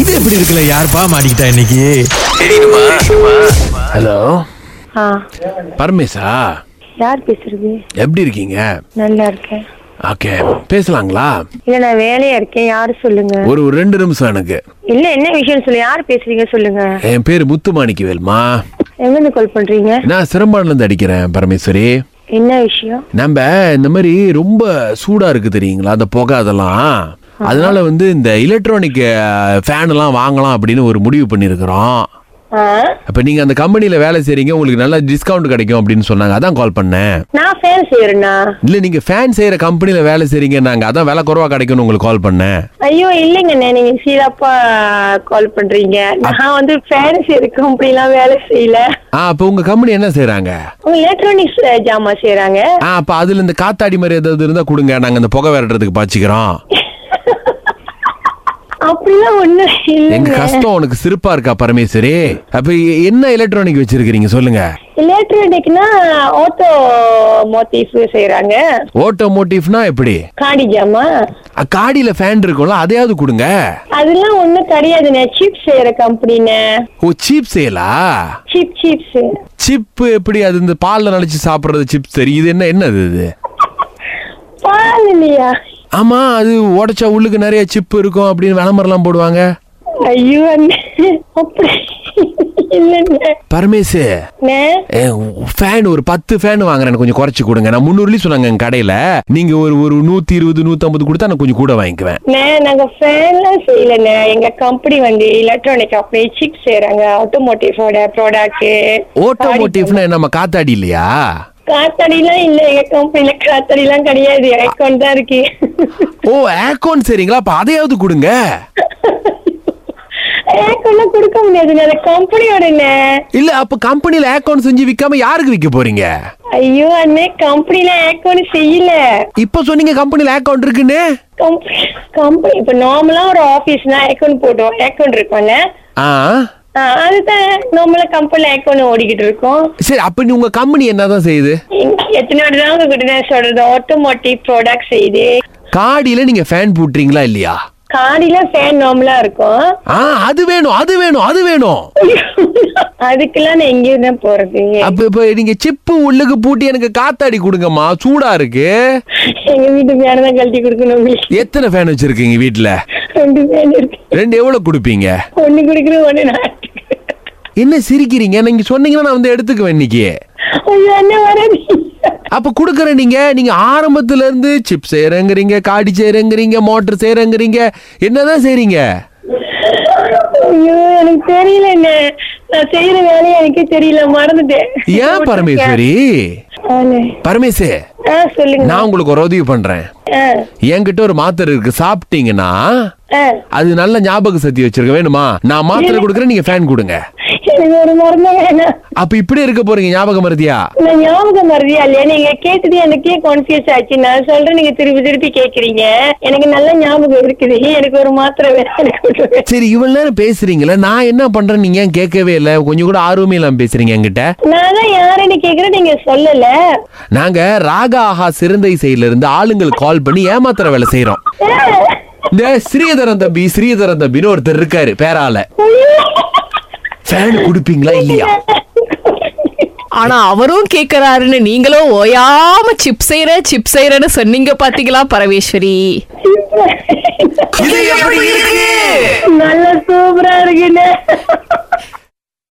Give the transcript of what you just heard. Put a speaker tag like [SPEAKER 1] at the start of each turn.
[SPEAKER 1] இது எப்படி இருக்குல்ல யாருப்பா மாட்டிக்கிட்டா இன்னைக்கு
[SPEAKER 2] ஹலோ
[SPEAKER 3] ஆ
[SPEAKER 2] பரமேஷா
[SPEAKER 3] யார் பேசுறது
[SPEAKER 2] எப்படி இருக்கீங்க
[SPEAKER 3] நல்லா இருக்கேன்
[SPEAKER 2] ஓகே பேசலாங்களா
[SPEAKER 3] இல்ல நான் வேலையா இருக்கேன் யாரு சொல்லுங்க
[SPEAKER 2] ஒரு ஒரு ரெண்டு நிமிஷம் எனக்கு
[SPEAKER 3] இல்ல என்ன விஷயம் சொல்லு யார் பேசுறீங்க சொல்லுங்க
[SPEAKER 2] என் பேர் முத்து மாணிக்கவேல்மா
[SPEAKER 3] எங்க இருந்து கால் பண்றீங்க
[SPEAKER 2] நான் சிறம்பாடுலேருந்து அடிக்கிறேன் பரமேஸ்வரி
[SPEAKER 3] என்ன விஷயம்
[SPEAKER 2] நம்ம இந்த மாதிரி ரொம்ப சூடா இருக்கு தெரியுங்களா அந்த புகை அதெல்லாம் அதனால வந்து இந்த எலக்ட்ரானிக் ஃபேன் எல்லாம் வாங்கலாம் அப்படின்னு ஒரு முடிவு பண்ணியிருக்கிறோம்
[SPEAKER 3] ஆ?
[SPEAKER 2] அப்ப நீங்க அந்த கம்பெனியில வேலை செய்றீங்க உங்களுக்கு நல்ல டிஸ்கவுண்ட் கிடைக்கும் அப்படின்னு சொன்னாங்க அதான் கால் பண்ணேன்
[SPEAKER 3] நான் ஃபேன் செய்யறேண்ணா
[SPEAKER 2] இல்ல நீங்க ஃபேன் செய்யற கம்பெனியில வேலை செய்றீங்க நாங்க அதான் விலை குறைவா கிடைக்கும்னு உங்களுக்கு கால் பண்ணேன்
[SPEAKER 3] ஐயோ இல்லைங்கண்ணே நீங்க சீதாப்பா கால் பண்றீங்க நான் வந்து ஃபேன் செய்யற கம்பெனிலாம் வேலை செய்யல
[SPEAKER 2] ஆ அப்போ உங்க கம்பெனி என்ன செய்றாங்க
[SPEAKER 3] அவங்க எலக்ட்ரானிக்ஸ் ஜாமான் செய்யறாங்க
[SPEAKER 2] ஆ அப்போ அதுல இந்த காத்தாடி மாதிரி ஏதாவது இருந்தா கொடுங்க நாங்க அந்த புகை விரட்டுறதுக்கு பாய்ச்சிக்கிறோம்
[SPEAKER 3] அப்படிலாம் ஒண்ணு
[SPEAKER 2] எங்க
[SPEAKER 3] இல்லைங்க
[SPEAKER 2] கஷ்டம் உனக்கு சிரிப்பா இருக்கா பரமேஸ்வரி அப்ப எ- என்ன எலக்ட்ரானிக் வச்சிருக்கீங்க சொல்லுங்க
[SPEAKER 3] எலக்ட்ரானிக்னா ஆட்டோ மோட்டிவ் செய்யறாங்க
[SPEAKER 2] ஓட்டோமோட்டிவ்னா எப்படி
[SPEAKER 3] காடி ஜாமான்
[SPEAKER 2] அ, காடியில ஃபேன் இருக்கும்ல அதையாவது கொடுங்க
[SPEAKER 3] அதெல்லாம் ஒண்ணும் கிடையாதுண்ணே சீப் செய்யற கம்பெனிண்ணே
[SPEAKER 2] ஓ சீப் சேலா
[SPEAKER 3] சீப் சீப்ஸ்
[SPEAKER 2] சிப்பு எப்படி அது இந்த பால்ல நினைச்சு சாப்பிடுறது சிப்ஸ் தெரியும் இது என்ன என்னது இது
[SPEAKER 3] பால் இல்லையா
[SPEAKER 2] ஆமா அது உடைச்சா உள்ளுக்கு நிறைய சிப்பு இருக்கும் அப்படின்னு விளம்பரம்லாம் போடுவாங்க
[SPEAKER 3] ஐயோ அண்ணே அப்படி இல்லைண்ணே
[SPEAKER 2] பரமேசு
[SPEAKER 3] அண்ணே,
[SPEAKER 2] ஃபேன் ஒரு பத்து ஃபேன் வாங்குறேன் எனக்கு கொஞ்சம் குறைச்சி கொடுங்க நான் முந்நூறுலேயும் சொன்னாங்க எங்கள் கடையில் நீங்கள் ஒரு ஒரு நூற்றி இருபது நூற்றம்பது கொடுத்தா நான் கொஞ்சம் கூட வாங்கிக்குவேன்
[SPEAKER 3] அண்ணே, நாங்க ஃபேன்லாம் செய்யலண்ணே எங்க கம்பெனி வந்து எலக்ட்ரானிக் கம்பெனி சீப் செய்யறாங்க ஆட்டோமோட்டிவோட ப்ராடக்ட்
[SPEAKER 2] ஓட்டோமோட்டிவ்னா நம்ம காத்தாடி இல்லையா
[SPEAKER 3] காத்தாடிலாம் இல்ல எங்க கம்பெனில காத்தாடிலாம் கிடையாது ஐகான் தான் இருக்கு
[SPEAKER 2] ஓ ஏக்கோன் சரிங்களா அப்போ அதையாவது கொடுங்க
[SPEAKER 3] ஐகான்லாம் கொடுக்க முடியாதுண்ணே அது கம்பெனியோடண்ணே
[SPEAKER 2] இல்லை அப்போ கம்பெனியில் ஏக்கோன் செஞ்சு விற்காம யாருக்கு விற்க போறீங்க
[SPEAKER 3] ஐயோ அண்ணே கம்பெனில ஏக்கோன்னு செய்யல
[SPEAKER 2] இப்போ சொன்னீங்க கம்பெனியில் ஏக்கோன் இருக்குன்னு
[SPEAKER 3] கம்பெனி கம்பெனி இப்ப நார்மலா ஒரு ஆபீஸ்னா ஏக்கோன் போட்டோம் ஏக்கோன் இருக்கும்ல
[SPEAKER 2] ஆ
[SPEAKER 3] ஆ, அதுதான் நார்மலா கம்பெனில ஏக்கோன் ஓடிக்கிட்டு இருக்கோம்
[SPEAKER 2] சரி அப்போ நீ உங்கள் கம்பெனி என்ன தான் செய்யுது
[SPEAKER 3] இங்க எத்தனை வாட்டி தான் உங்ககிட்ட நான் சொல்றது ஆட்டோமோட்டிவ் ப்ராடக்ட் செய்யுது
[SPEAKER 2] காடியில் நீங்கள் ஃபேன் போட்டுறீங்களா இல்லையா
[SPEAKER 3] காடியில ஃபேன் நார்மலா இருக்கும்
[SPEAKER 2] ஆ அது வேணும் அது வேணும் அது வேணும்
[SPEAKER 3] அதுக்கெல்லாம் நான் எங்கேயும் தான் போறது
[SPEAKER 2] அப்ப இப்ப நீங்க சிப்பு உள்ளுக்கு பூட்டி எனக்கு காத்தாடி கொடுங்கம்மா சூடா இருக்கு
[SPEAKER 3] எங்க வீட்டு மேல தான் கழட்டி கொடுக்கணும் உங்களுக்கு
[SPEAKER 2] எத்தனை ஃபேன் வச்சிருக்கீங்க வீட்ல
[SPEAKER 3] ரெண்டு ஃபேன் இருக்கு
[SPEAKER 2] ரெண்டு எவ்வளவு கொடுப்பீங்க
[SPEAKER 3] ஒண்ணு குடுக்குறேன் ஒண்ணு நான் எடுத்துக்கிறேன்.
[SPEAKER 2] என்ன சிரிக்கிறீங்க நீங்க சொன்னீங்கன்னா நான் வந்து எடுத்துக்குவேன் இன்னைக்கு
[SPEAKER 3] ஐயோ என்ன வராது
[SPEAKER 2] அப்ப குடுக்கற நீங்க நீங்க ஆரம்பத்துல இருந்து சிப் செய்யறங்கிறீங்க காடி செய்யறங்கிறீங்க மோட்டர் செய்யறங்கிறீங்க என்னதான் செய்றீங்க
[SPEAKER 3] ஐயோ எனக்கு தெரியல என்ன நான் செய்யற வேலையை எனக்கே தெரியல மறந்துட்டேன்
[SPEAKER 2] ஏன் பரமேஸ்வரி
[SPEAKER 3] ஆளு.
[SPEAKER 2] பரமேசே
[SPEAKER 3] ஆ சொல்லுங்க
[SPEAKER 2] நான் உங்களுக்கு ஒரு உதவி பண்றேன்
[SPEAKER 3] ஆ,
[SPEAKER 2] என்கிட்ட ஒரு மாத்திரை இருக்கு சாப்பிட்டீங்கன்னா
[SPEAKER 3] ஆ.
[SPEAKER 2] அது நல்ல ஞாபக சக்தி வச்சிருக்க வேணுமா நான் மாத்திரை கொடுக்குறேன் நீங்க ஃபேன் கொடுங்க
[SPEAKER 3] எனக்கு ஒரு மருந்து வேணாம்
[SPEAKER 2] அப்ப இப்படி இருக்க போறீங்க ஞாபகம் மருதியா
[SPEAKER 3] நான் ஞாபகம் மறதியா இல்லையா நீங்க கேட்டது எனக்கே கன்ஃபியூஸ் ஆச்சு நான் சொல்றேன் நீங்க திருப்பி திருப்பி கேக்குறீங்க எனக்கு நல்ல ஞாபகம் இருக்குது எனக்கு ஒரு மாத்திரை வேணும் எனக்கு ஒரு வேணும்.
[SPEAKER 2] சரி இவ்வளவு நேரம் பேசுறீங்களே நான் என்ன பண்றேன் நீங்க ஏன் கேட்கவே இல்லை கொஞ்சம் கூட ஆர்வமே இல்லாம பேசுறீங்க என்கிட்ட
[SPEAKER 3] நான் தான் யாருன்னு கேக்குறேன் நீங்க சொல்லல
[SPEAKER 2] நாங்க ராகா ஆஹா சிறந்த இசையில இருந்து ஆளுங்களுக்கு கால் பண்ணி ஏமாத்துற வேலை செய்யறோம்
[SPEAKER 3] ஆ.
[SPEAKER 2] இந்த ஸ்ரீதரன் தம்பி ஸ்ரீதரன் தம்பின்னு ஒருத்தர் இருக்காரு பேரால
[SPEAKER 3] ஐயோ.
[SPEAKER 2] ஃபேன் குடுப்பீங்களா இல்லையா
[SPEAKER 4] ஆனா அவரும் கேக்குறாருன்னு நீங்களும் ஓயாம சிப் செய்யற சிப் செய்யறன்னு சொன்னீங்க பாத்தீங்களா பரமேஸ்வரி
[SPEAKER 3] நல்லா சூப்பரா இருக்குண்ணே